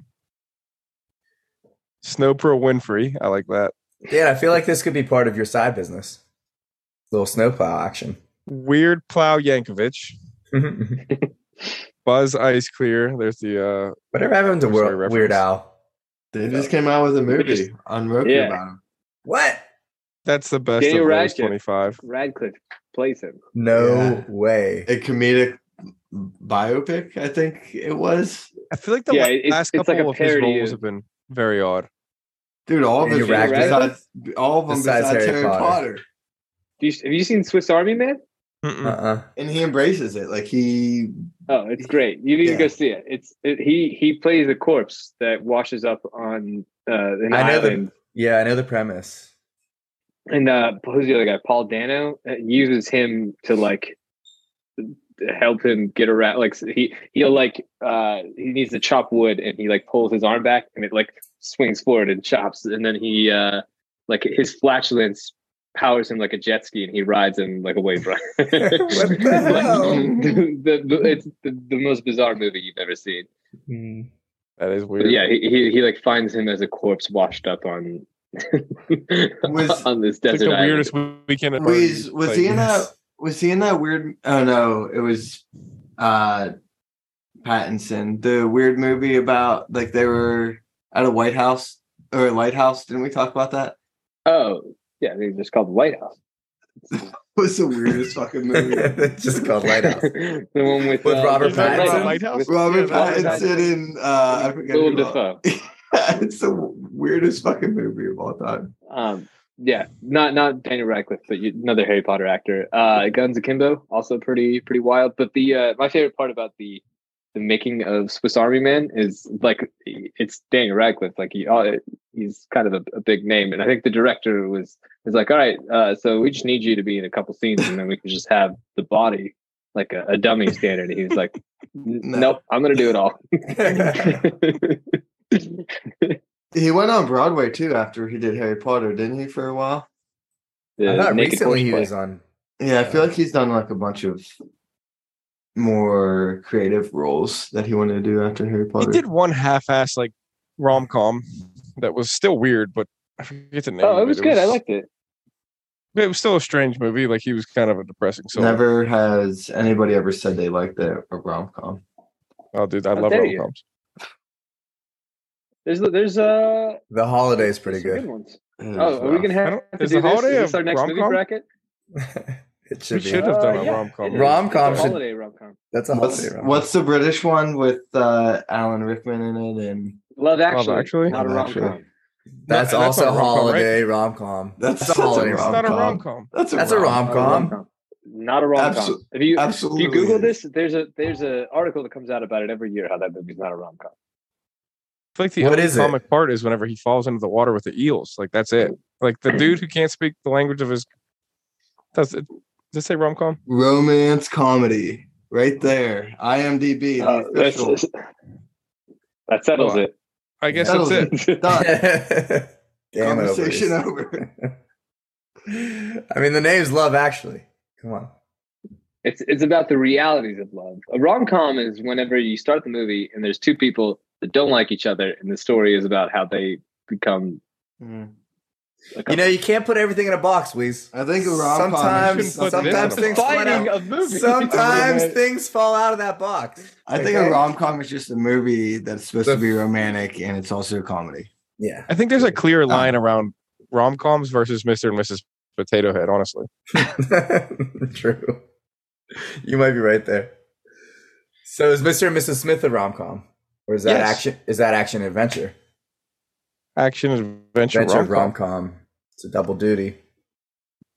Snowpro Winfrey. I like that. Dan, I feel like this could be part of your side business. Little snowplow action. Weird Plow Yankovic. Buzz Ice Clear. There's the. Uh, Whatever happened to Sorry, Wor- reference. Weird Al? they just came out with a movie Just- on Roku Yeah. about him. What? that's the best Daniel of those Radcliffe. 25. Radcliffe plays him. No Yeah. way. A comedic biopic, I think it was. I feel like the Yeah, la- it's- last it's like couple a of his parody roles of- have been very odd. Dude, all of them Daniel Radcliffe? besides all of them Besides besides, Harry Harry Potter. Potter. Do you, have you seen Swiss Army Man? Mm-mm. Uh-uh. And he embraces it. Like he Oh, it's great. You need to go Yeah. see it. It's it, he he plays a corpse that washes up on uh, an I know the- island, Yeah, I know the premise. and uh, who's the other guy? Paul Dano uh, uses him to like help him get around. Like he he'll like uh, he needs to chop wood, and he like pulls his arm back, and it like swings forward and chops, and then he uh, like his flatulence powers him like a jet ski, and he rides him like a wave ride. the hell? the, the, it's the, the most bizarre movie you've ever seen. Mm. That is But weird. yeah, he, he he like finds him as a corpse washed up on Was- on this It's like desert. the island. weirdest weekend. at was Bernie's, was like- he in that was he in that weird oh no, it was uh Pattinson, the weird movie about like they were at a White House or a lighthouse. Didn't we talk about that? Oh yeah, they're just called the lighthouse. It was the weirdest fucking movie. It's just called Lighthouse. the one with, With Robert is that Pattinson? Robert- Lighthouse? with- Robert yeah, Robert Pattinson and uh, I forget. Willem who else. Dafoe. it's the weirdest fucking movie of all time. Um, yeah, not not Daniel Radcliffe, but you, another Harry Potter actor. Uh, Guns Akimbo, also pretty pretty wild. But the uh, my favorite part about the the making of Swiss Army Man is like it's Daniel Radcliffe. Like he uh, he's kind of a, a big name, and I think the director was was like, all right, uh, so we just need you to be in a couple scenes, and then we can just have the body like a, a dummy standard. And he was like, "N- No. nope, I'm gonna do it all. He went on Broadway too after he did Harry Potter, didn't he? For a while. I The thought naked recently he horseplay. was on. Yeah, I feel like he's done like a bunch of more creative roles that he wanted to do after Harry He Potter. did one half-ass like rom com that was still weird, but I forget the name. Oh, of it was good. I liked it. It was still a strange movie. Like he was kind of a depressing soul. Never has anybody ever said they liked a, a rom com. Oh, dude, I How love dare rom you. coms. There's there's uh The Holiday's pretty Some good. ones. Oh, are we gonna I have don't- to is do the this? holiday Is this a our next movie rom-com? bracket? it should We be. should have Uh, done a yeah. rom com. It is. Rom-com It's a should- holiday rom com. That's a What's, holiday. what's the British one with uh, Alan Rickman in it? And Love Actually. Actually? Not a Love rom com. That's Actually. No, that's also not a rom-com, right? holiday rom com. That's a holiday It's rom-com. not a rom com. That's a That's a rom. rom com. Not a rom com. Abso- If you if Absolutely. you Google this, there's a there's a article that comes out about it every year how that movie's not a rom com. I feel like the What only is it? comic part is whenever he falls into the water with the eels. Like that's it. Like the dude who can't speak the language of his. Does it? Does it say rom com? romance comedy right there. IMDb. the Uh, that's- official. that settles Well, it. I guess That'll that's it. Done. Damn it, Conversation Obeys. over. I mean, the name's Love Actually. Come on. It's it's about the realities of love. A rom com is whenever you start the movie and there's two people that don't like each other, and the story is about how they become. Hmm. A You couple. know, you can't put everything in a box, Weez. I think a rom-com sometimes, is- You shouldn't put this sometimes in a things fall Defining out. a movie. Sometimes Okay. things fall out of that box. I think Okay? a rom com is just a movie that's supposed The- to be romantic and it's also a comedy. Yeah. I think there's a Oh. clear line around rom coms versus Mr. and Mrs. Potato Head. Honestly, True. You might be right there. So is Mr. and Mrs. Smith a rom com? Or is that Yes. action is that action adventure? action adventure, Adventure rom rom com. com. It's a double duty.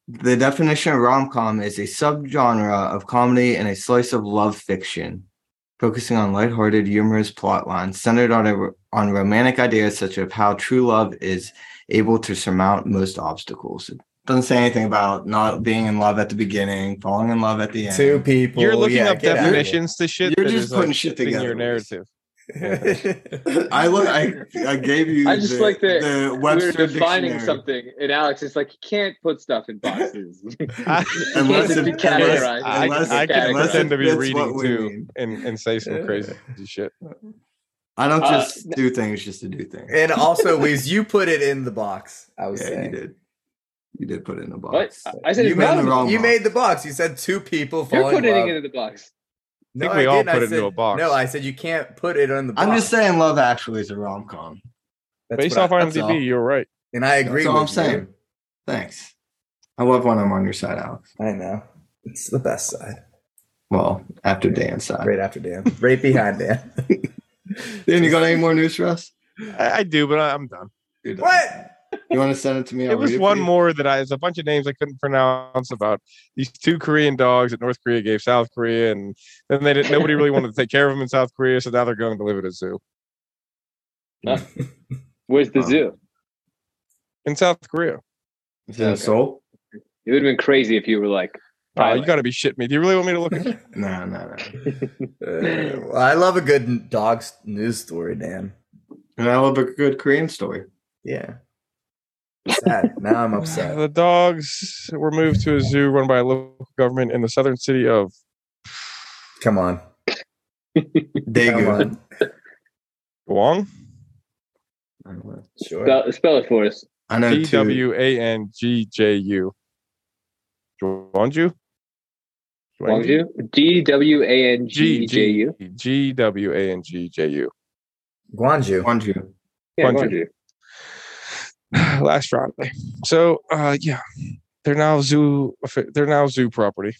The definition of rom com is a subgenre of comedy and a slice of love fiction, focusing on lighthearted, humorous plot lines centered on a, on romantic ideas such as how true love is able to surmount most obstacles. It doesn't say anything about not being in love at the beginning, falling in love at the end. Two people. You're looking yeah, up get out of here. definitions to shit. You're that just is, putting like, shit fitting together. Your narrative. I look. I I gave you. I just the, like that the we were Webster defining dictionary. something, and Alex is like, you can't put stuff in boxes. Unless Can't it- be unless- categorized. I, Unless- I can unless pretend it to be fits what reading we too mean. and, and say some crazy shit. I don't Uh, just do things just to do things. and also, Weez, you put it in the box. I was Yeah, you saying. did. You did put it in a what? box. I said You it's made not the in the wrong- You box. made the box. You said two people You're falling in putting love. it into the box. no, think we all didn't. put it said- into a box. No, I said you can't put it on the box. I'm just saying, Love Actually is a rom com. That's Based what off I- that's all. IMDb, you're right. And I agree That's all I'm with you. saying. Thanks. I love when I'm on your side, Alex. I know. It's the best side. Well, after Dan's side. Right after Dan. Right behind Dan. Dan, you got any more news for us? I, I do, but I, I'm done. You're done. what? You want to send it to me? I'll it was read one for you? more that I. It's a bunch of names I couldn't pronounce about these two Korean dogs that North Korea gave South Korea, and then they didn't. Nobody really wanted to take care of them in South Korea, so now they're going to live at a zoo Where's the Wow. zoo? in South Korea. Is it in Seoul? It would have been crazy if you were like, Oh, you Thailand. got to be shitting me. Do you really want me to look? at No, no, no. Uh, well, I love a good dog s- news story, Dan. And I love a good Korean story. Yeah. Sad. now I'm upset. The dogs were moved to a zoo run by a local government in the southern city of Come on. Come Daegu. on. Guang. I don't know. Sure. spell, spell it for us. I know D two. W A N G J U. Gwangju. Gwangju? D W A N G G J U. G W A N G J U. Guanju. Gwangju. Yeah, Gwangju. Gwangju. last Friday. So uh yeah, they're now zoo they're now zoo property.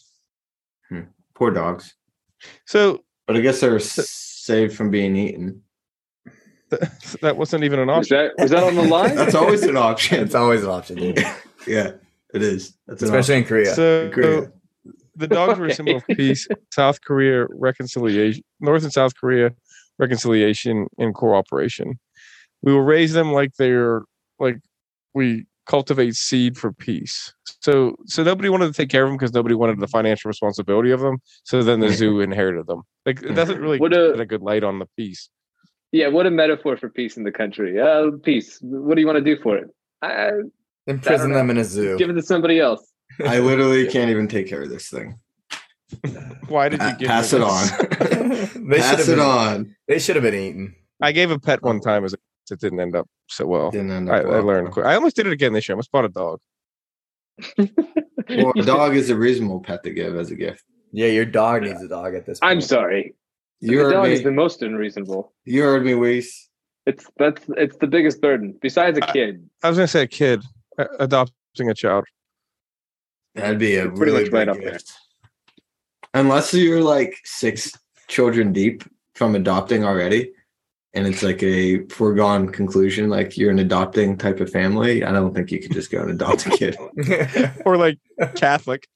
Poor dogs. So But I guess they're s- saved from being eaten. th- that wasn't even an Was option. that was that on the line? That's always an option. It's always an option, dude. yeah, it is. That's an especially in Korea. So Korea. the dogs were a symbol of peace, South Korea reconciliation, North and South Korea reconciliation and cooperation. We will raise them like they're like we cultivate seed for peace. So so nobody wanted to take care of them because nobody wanted the financial responsibility of them. So then the zoo inherited them. Like it doesn't really What put a- a, good light on the peace. yeah, what a metaphor for peace in the country. Uh, peace. What do you want to do for it? I, Imprison them in a zoo. give it to somebody else. option. I literally can't even take care of this thing. Why did you Pa- give pass me it this? on. they should pass have it been, on. They should have been eaten. I gave a pet one time as a, it didn't end up so well. Didn't end I, up I well. learned quick. I almost did it again this year. I almost bought a dog. Well, a dog is a reasonable pet to give as a gift. Yeah, your dog needs a dog at this point. I'm sorry. You the heard dog me. is the most unreasonable. you heard me, Weiss. It's that's it's the biggest burden besides a kid. I was gonna say a kid a- adopting a child. That'd be a Pretty really much right big up there. gift. Unless you're like six children deep from adopting already, and it's like a foregone conclusion, like you're an adopting type of family. I don't think you could just go and adopt a kid. Or like Catholic.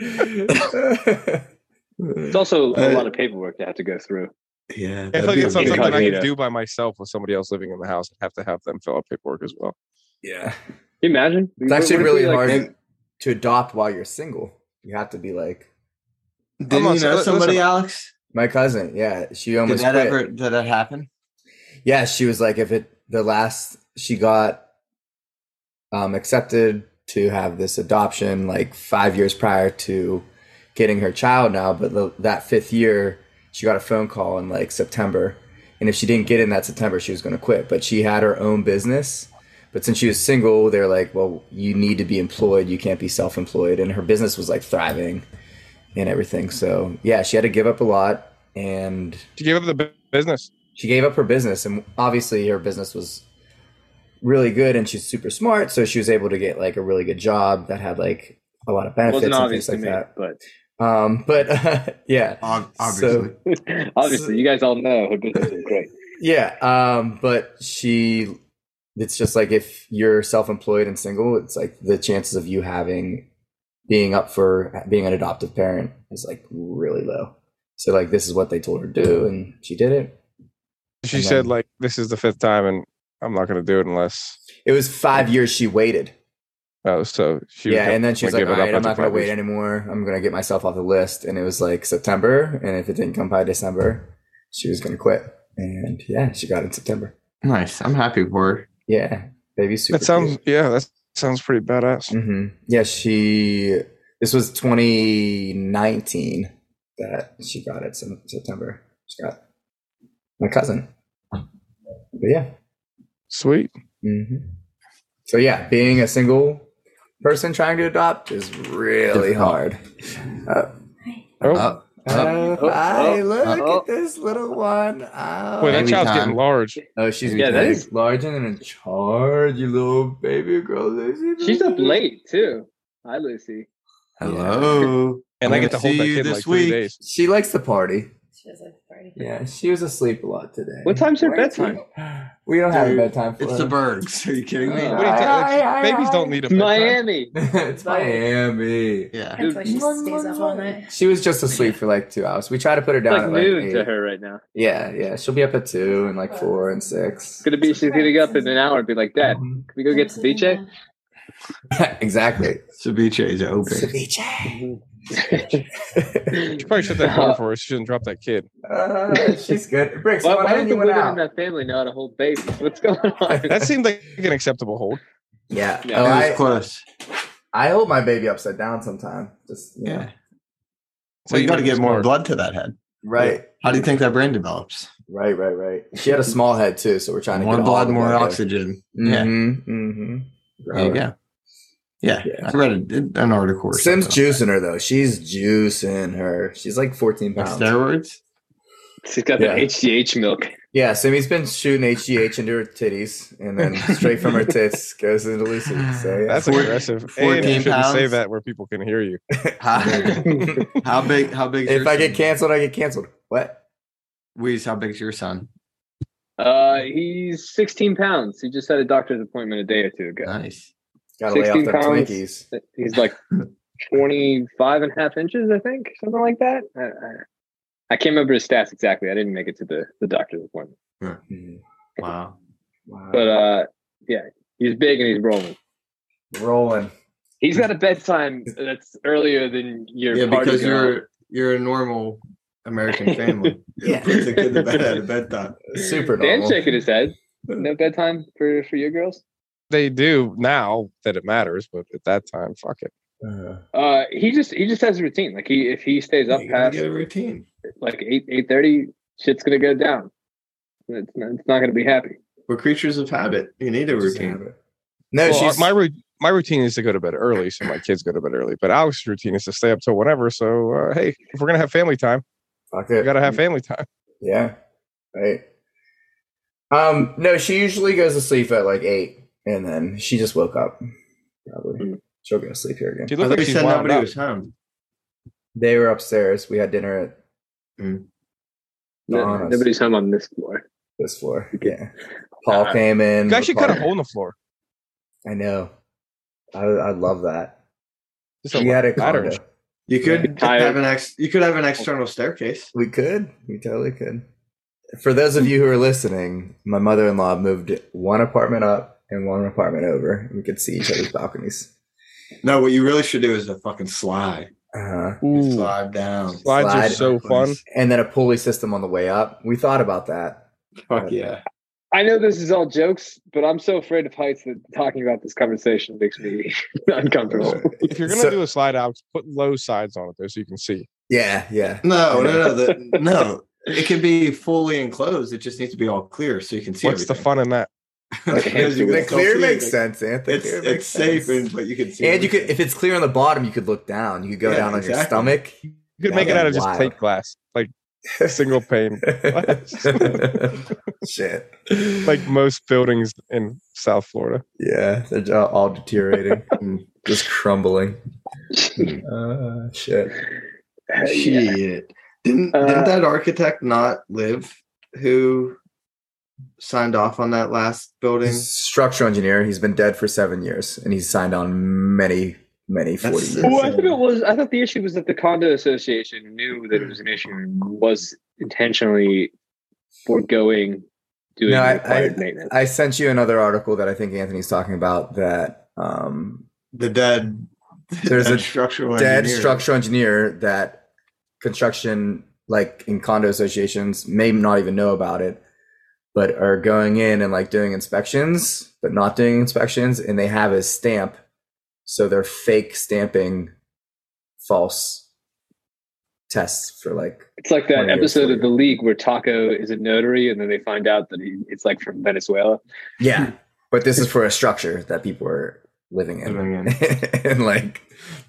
It's also a Uh, lot of paperwork to have to go through. yeah, I that'd feel like be a it's not big something I incognito. could do by myself with somebody else living in the house. I have to have them fill out paperwork as well. yeah. Can you imagine? It's actually What if we, really like, hard and- to adopt while you're single. You have to be like Didn't on, you so know let- somebody, listen. Alex? my cousin. Yeah, she Did almost that quit. ever did that happen? yeah, she was like, if it the last she got um, accepted to have this adoption like five years prior to getting her child now, but the, that fifth year she got a phone call in like September, and if she didn't get in that September, she was going to quit. But she had her own business. But since she was single, they're like, "Well, you need to be employed. You can't be self-employed." And her business was like thriving, and everything. So yeah, she had to give up a lot, and To give up the bu- business. she gave up her business and obviously her business was really good and she's super smart so she was able to get like a really good job that had like a lot of It benefits wasn't and obvious things to like me, that um but yeah Ob- So- Obviously, but obviously, you guys all know her business is great. yeah um but she it's just like if you're self-employed and single it's like the chances of you having being up for being an adoptive parent is like really low so like this is what they told her to do and she did it She And said then- like this is the fifth time and I'm not gonna do it unless it was five years she waited oh so she was yeah, gonna and then she was like, give "All it up right, I'm after not going five to wait years." anymore. I'm going to get myself off the list." And it was like September, and if it didn't come by December, she was going to quit. and yeah, she got it in September. Nice. I'm happy for her. Yeah, baby's super. That sounds yeah, that sounds pretty badass. hmm Yeah, she. This was 2019 that she got it. Some September. She got my cousin. But yeah. Sweet. hmm So yeah, being a single person trying to adopt is really hard. Uh, Oh, Oh, uh, oh, I oh, look oh. at this little one. Oh, Boy, that Maybe child's time. getting large. oh she's Yeah, that big, is- large and in charge, you little baby girl. Lucy. She's up late too. Hi, Lucy. hello. And I'm I get to gonna hold see that you kid in this like three week. days. She likes to party. She was like party. Yeah, she was asleep a lot today. What time's her Where is bedtime? she? We don't have a Dude, bedtime for It's her. the Bergs. Are you kidding me? Oh. What do you think? Like, babies don't need a bedtime. Miami. it's Miami. Yeah. That's why she stays up all night. She was just asleep for like two hours. We tried to put her It's down like at like noon eight. to her right now. Yeah, yeah. She'll be up at two and like four and six. It's gonna be she's gonna get up in an hour and be like, Dad, can we go get I'm ceviche? sleeping exactly. Ceviche is open. Ceviche. You probably shut that door for her. so She doesn't drop that kid. Uh, she's good. Bricks, Why, why, why didn't don't the you went women in out? that family know how to hold babies? What's going on? That seemed like an acceptable hold. Yeah. Yeah. Oh, That was I, close. I hold my baby upside down sometime. Just you Yeah. know. So So you got to know get more smart. blood to that head. Right. How do you think that brain develops? Right. Right. Right. She had a small head too, so we're trying to More get all blood, the more blood there. oxygen. Yeah. Mm-hmm. Mm-hmm. There you go. Yeah, Yeah. I read a, an article. Or Sim's something. juicing her though. She's juicing her. She's like 14 Like pounds. steroids. She's got Yeah. that HGH milk. Yeah, Simi's been shooting HGH into her titties, and then straight from her tits goes into Lucy. So yeah. That's Four- aggressive. And 14 you shouldn't say pounds. that where people can hear you. How, how big? How big? Is if your I get son? canceled, I get canceled. What? Weez, how big's your son? Uh, he's 16 pounds. He just had a doctor's appointment a day or two ago. Nice. Gotta lay off 16 them pounds. Twinkies. He's like 25 and a half inches, I think, something like that. I, I, I can't remember his stats exactly. I didn't make it to the, the doctor's appointment. Mhm. Wow. Wow. But Uh-huh. uh, yeah, he's big and he's rolling. Rolling. He's got a bedtime that's earlier than your yeah, party because girl. you're you're a normal American family. Yeah. puts a kid to bed at a bedtime. Super Dan's normal. shaking his head. No bedtime for for your girls. They do now that it matters, but at that time, fuck it. Uh, Uh, he just he just has a routine. Like he if he stays up You gotta past get a routine. like eight eight thirty, shit's gonna go down. It's not, it's not gonna be happy. We're creatures of habit. You need a just routine. have it. No, Well, she's my ru- my routine is to go to bed early, so my kids go to bed early. But Alex's routine is to stay up till whenever. So uh, hey, if we're gonna have family time, Fuck we it. gotta have family time. Yeah. Right. Um, no, she usually goes to sleep at like eight and then she just woke up. Probably. She'll go to sleep here again. Hmm. She I looked thought like you she's said wound nobody up. was home. They were upstairs. We had dinner at No- Honest. nobody's home on this floor. this floor. Yeah. Paul came in. Uh, You actually Paul- cut a hole in the floor. I know. I I love that. Just a We had a ladder. condo. You could Tired. have an ex. You could have an external staircase. We could. We totally could. For those of you who are listening, my mother in law moved one apartment up and one apartment over. We could see each other's balconies. No, what you really should do is a fucking slide. Uh, Ooh, Slide down. slides slide are so fun. and then a pulley system on the way up. We thought about that. Fuck yeah. I know this is all jokes, but I'm so afraid of heights that talking about this conversation makes me uncomfortable. If you're gonna So- do a slide out, put low sides on it though, so you can see. Yeah, yeah. No, no, no, the, no. It can be fully enclosed. It just needs to be all clear so you can see. What's the fun in that? everything. Because you can The still clear see makes it. sense, Anthony. It's it's safe, and, but you can see. and you could, everything. if it's clear on the bottom, you could look down. You could go Yeah, down on your exactly. stomach. You could Yeah, make it that'd out be of just wild. plate glass, like single pane, Shit. like most buildings in South Florida. yeah, they're all- all deteriorating, Mm. just crumbling. Uh, shit. Yeah. shit. Didn't Uh, didn't that architect not live who signed off on that last building? He's a structural engineer. He's been dead for seven years, and he's signed on many, many That's forty. sick. years. Well, I thought it was. I thought the issue was that the condo association knew that it was an issue and was intentionally foregoing doing No, I- required I- maintenance. I sent you another article that I think Anthony's talking about that um, The dead. the There's dead a structural dead engineer. structural engineer that construction, like in condo associations, may not even know about it, but are going in and like doing inspections, but not doing inspections, and they have his stamp, so they're fake stamping false tests for like It's like that Twenty years episode later. of The League where Taco is a notary, and then they find out that he, it's like from Venezuela. yeah, but this is for a structure that people are living in, Living and like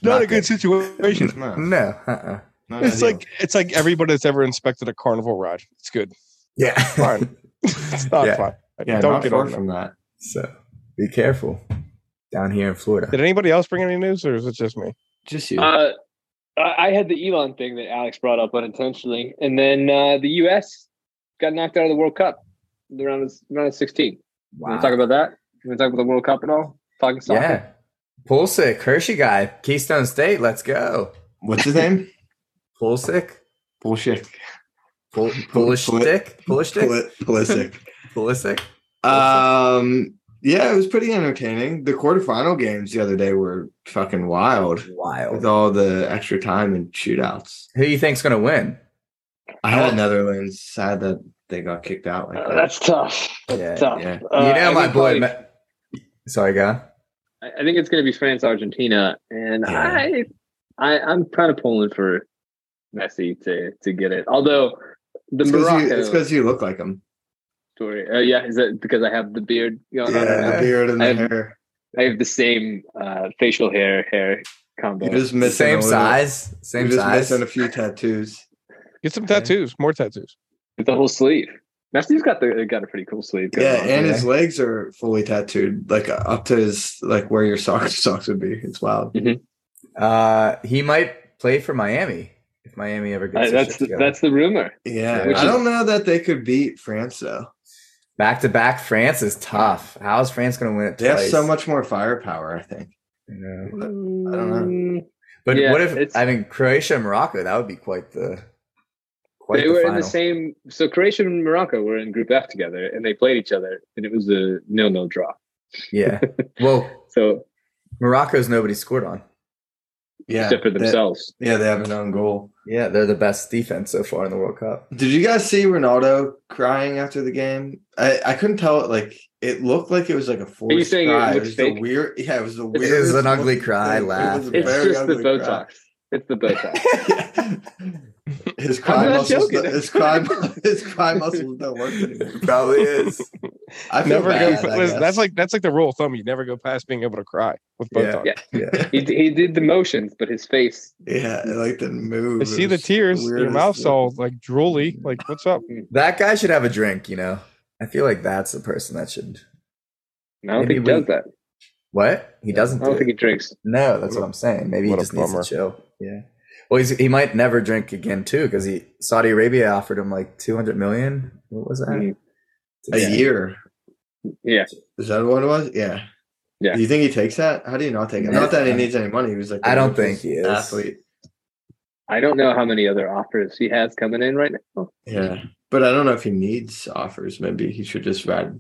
Not a good situation. No. No, uh-uh. Not It's ideal. like it's like everybody that's ever inspected a carnival ride. It's good. yeah, Fine. It's not Yeah. fun. yeah, Don't not get far on that. from that. So be careful down here in Florida. Did anybody else bring any news, or is it just me? Just you. Uh, I I had the Elon thing that Alex brought up unintentionally, and then uh, the U.S. got knocked out of the World Cup in the round of, round of sixteen. You Wow. want to talk about that? You want to talk about the World Cup at all? Talking soccer. yeah, Pulisic, Hershey guy, Keystone State. Let's go, What's his name? Pulisic, Bullshit. Pul- Pulisic, Pulisic, Poli- Pulisic. Pulisic. Um, yeah, it was pretty entertaining. The quarterfinal games the other day were fucking wild with Wild. all the extra time and shootouts. Who do you think's gonna win? I had Netherlands. Sad that they got kicked out like Uh, that. that's tough. That's Yeah, tough. yeah. You Uh, you know I my think boy. probably- Ma- Sorry, guy. I I think it's going to be France Argentina, and Yeah. I, I I'm kind of pulling for Messi to to get it. Although the It's Morocco because you, look like him. story, uh, yeah, is that because I have the beard going on? right the now? beard and I the have- hair. I have the same uh, facial hair hair combo. You're just missing a Same little- size. You're Same just size. missing a few tattoos. Get some Yeah. tattoos, more tattoos. With the whole sleeve. Messi's got the got a pretty cool sleeve. going yeah, on. and his yeah. legs are fully tattooed, like uh, up to his like where your socks socks would be. It's wild. Uh, he might play for Miami if Miami ever Uh, gets. their that's shit together. that's the rumor. Yeah, Which I is- don't know that they could beat France though. back to back. France is tough. How is France gonna win it? They have twice? so much more firepower, I think. You know? I don't know. But Yeah, what if it's- I mean Croatia and Morocco? That would be quite the quite They the were in final. the same. So Croatia and Morocco were in Group F together, and they played each other, and it was a nil-nil draw. Yeah. Well, So Morocco's nobody scored on. Yeah, except for they- themselves. yeah, they have an own goal. Yeah, they're the best defense so far in the World Cup. Did you guys see Ronaldo crying after the game? I, I couldn't tell it. Like it looked like it was like a forced saying it cry. looked was fake? the weird. Yeah, it was the It weirdest. is an look- ugly cry, it was laugh. a It's very just the ugly cry. Botox. It's the Botox. his cry I'm not muscles. joking. His cry. His cry muscles don't work anymore. Probably is. I feel Never bad, go. I that's- guess. that's like that's like the rule of thumb. You never go past being able to cry with both. Yeah. Yeah. Yeah. Yeah. he, he did the motions, but his face. yeah, it like didn't move. I It see the was tears. Your weirdest mouth's look. all like drooly. Like what's up? That guy should have a drink, you know. I feel like that's the person that should I don't Maybe think he does we- that. what? He doesn't I do don't it. think he drinks. No, that's what I'm saying. Maybe he What a just needs to bummer. chill. Yeah. Well, he's, he might never drink again too, because he Saudi Arabia offered him like 200 million. What was that? Mm. a Yeah. year. Yeah. Is that what it was? Yeah. Yeah. Do you think he takes that? How do you not take it? No. Not that he needs any money. He was like, I the don't richest think he is. athlete. I don't know how many other offers he has coming in right now. Yeah, but I don't know if he needs offers. Maybe he should just ride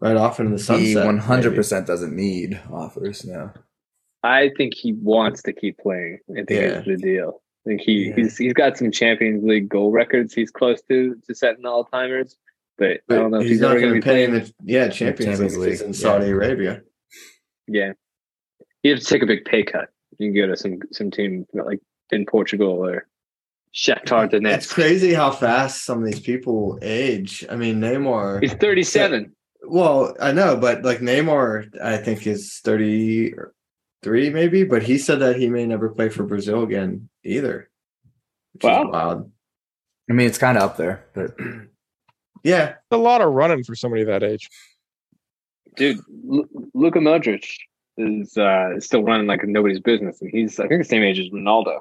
right off into the sunset. he 100 maybe. percent doesn't need offers. No, I think he wants to keep playing. I think Yeah. is the deal. I think he, Yeah. he's he's got some Champions League goal records he's close to to setting all timers, but, I don't know But if he's not ever going gonna to be be paying playing. the yeah Champions, Champions League, League, in yeah. Saudi Arabia. Yeah, you have to take a big pay cut. You can go to some some team like in Portugal or Shakhtar It's Donetsk. crazy how fast some of these people age. I mean, Neymar. He's thirty seven. Well, I know, but like Neymar, I think is thirty three, maybe. But he said that he may never play for Brazil again either. Which Wow. is wild. I mean it's kind of up there, but Yeah, It's a lot of running for somebody that age. dude, Lu- Luka Modric is uh, still running like nobody's business, and he's I think the same age as Ronaldo.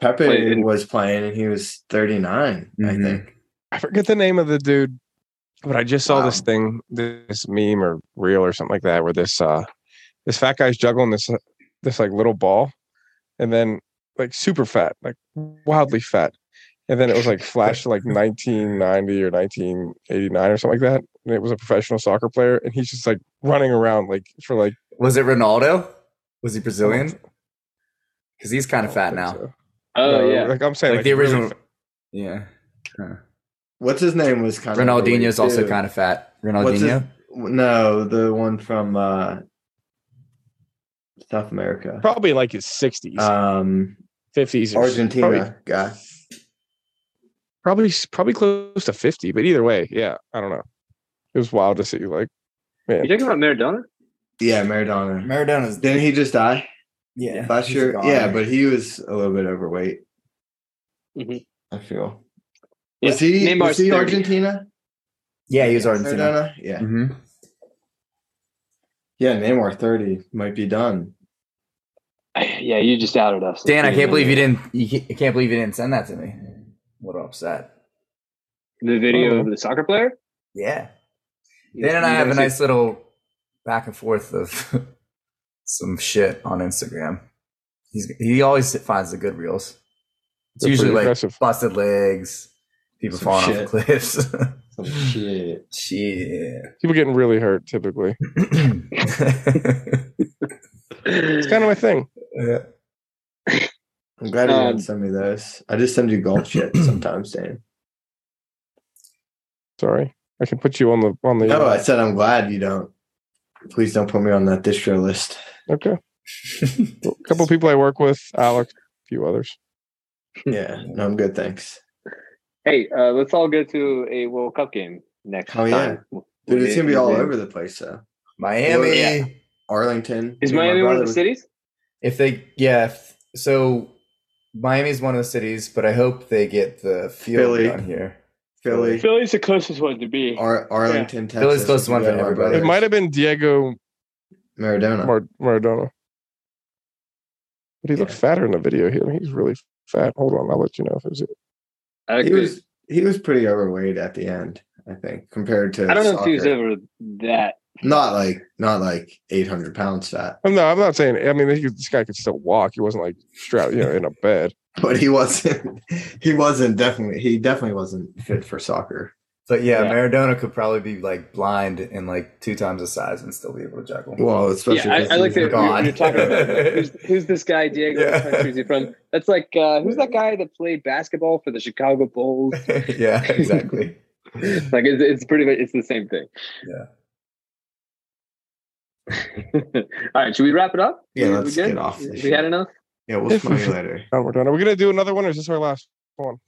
Pepe Played in- was playing, and he was thirty I Mhm. think. I forget the name of the dude, but I just saw Wow. this thing, this meme or reel or something like that, where this uh this fat guy's juggling this uh, this like little ball, and then like super fat, like wildly fat, and then it was like flashed to like 1990 or 1989 or something like that, and it was a professional soccer player, and he's just like running around like for like was it Ronaldo? Was he Brazilian? Because he's kind I of fat don't now, think so. Oh No, yeah, like I'm saying, like the really original. fat. Yeah. Huh. what's his name was kind of Ronaldinho's also kind of fat. What's his, Ronaldinho. no, the one from uh, South America, Probably in, like his sixties, Uh, um, fifties, Argentina Probably, guy. probably probably close to fifty. But either way, yeah, I don't know. It was wild to see. Like, You talking about Maradona? Yeah, Maradona. Maradona's Didn't he just die yeah last he's year? gone. Yeah, but he was a little bit overweight. Mhm. I feel. Yeah, Was he? Was Neymar's he 30. Argentina? yeah, he was Argentina. Maradona? Yeah. hmm Yeah, Neymar thirty might be done. Yeah, you just outed us. Dan, I can't believe you didn't. You can't, I can't believe you didn't send that to me. What upset. The video of the soccer player? Yeah. Dan and I You have a guys- nice little back and forth of some shit on Instagram. He's he always finds the good reels. It's They're usually pretty like aggressive. busted legs, people Some falling shit. off cliffs. Some shit. shit. people getting really hurt typically. It's kind of my thing. I'm glad you Um, didn't send me those. I just send you golf shit sometimes, Dan. Sorry, I can put you on the on the. uh, No, Oh, I said I'm glad you don't. Please don't put me on that distro list. okay, a couple people I work with, Alex, a few others. Yeah, no, I'm good. Thanks, Hey, uh, let's all go to a World Cup game next Oh, yeah. time. dude. It's gonna be all Yeah. over the place though. Miami. Yeah. Arlington Is dude, my Miami one of brother- the cities? If they yeah, if, so Miami's one of the cities, but I hope they get the field Philly. down here. Philly, Philly's the closest one to be. Ar- Arlington, Texas. Philly's closest one for Yeah, my everybody. It brother- might have been Diego Maradona. Mar- Maradona, but he looked Yeah. fatter in the video here. He's really fat. Hold on, I'll let you know if it's it. I, he agree. was he was pretty overweight at the end, I think, compared to. I don't know if he was soccer. over that. not like not like 800 pounds fat, Oh, No, I'm not saying. I mean, he could- this guy could still walk. He wasn't like strapped, you know, in a bed. but he wasn't. He wasn't definitely. He definitely wasn't fit for soccer. But yeah, Yeah. Maradona could probably be like blind and like two times the size and still be able to juggle. Well, especially. Yeah, I, because I he like was that gone. you're, you're talking about who's, who's this guy, Diego? Yeah. What country is he from? That's like uh, who's that guy that played basketball for the Chicago Bulls? yeah, exactly. like it's, it's pretty much it's the same thing. Yeah. all right, should we wrap it up? Yeah, We- we let's good? get off We this had shit. enough. Yeah, we'll smell you later. Oh, we're done. Are we gonna do another one, or is this our last?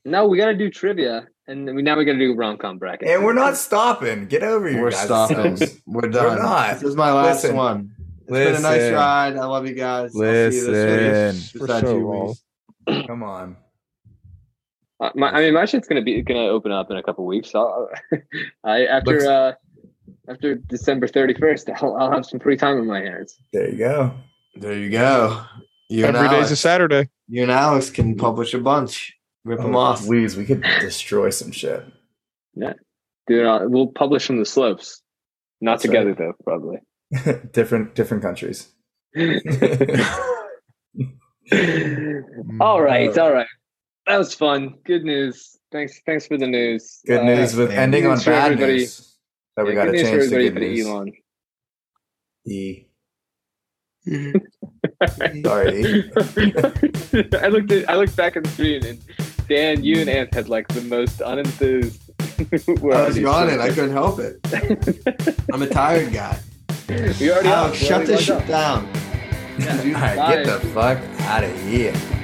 No, we got to do trivia, and then we, now we got to do rom com bracket. And we're not stopping. Get over your We're guys' stopping. selves. We're done. not. This is my last Listen. one. It's been a nice Listen. ride. I love you guys. I'll see you this Listen. week. For Besides so you, long. Reese. Come on. Uh, my, I mean, my shit's gonna be gonna open up in a couple weeks. I'll, I after Looks- uh, after December thirty first, I'll, I'll have some free time on my hands. There you go. There you go. You and Every day's a Alex- Saturday. You and Alex can publish a bunch. Rip Oh, them off. Please, we could destroy some shit. Dude, I'll, we'll publish from the slopes. Not That's together though, probably. different different countries. all Mm. right, all right. That was fun. Good news. Thanks, thanks for the news. Good Uh, news with man. ending Good on news for bad everybody. news. That we yeah, got to good news change the for everybody good for news. the Elon. E. Sorry. E. I looked at, I looked back at the screen and Dan, you and Ant had like the most unenthused. I was yawning. I couldn't help it. I'm a tired guy. We Alex, already are. We shut already this wound shit down. All right, get the fuck out of here.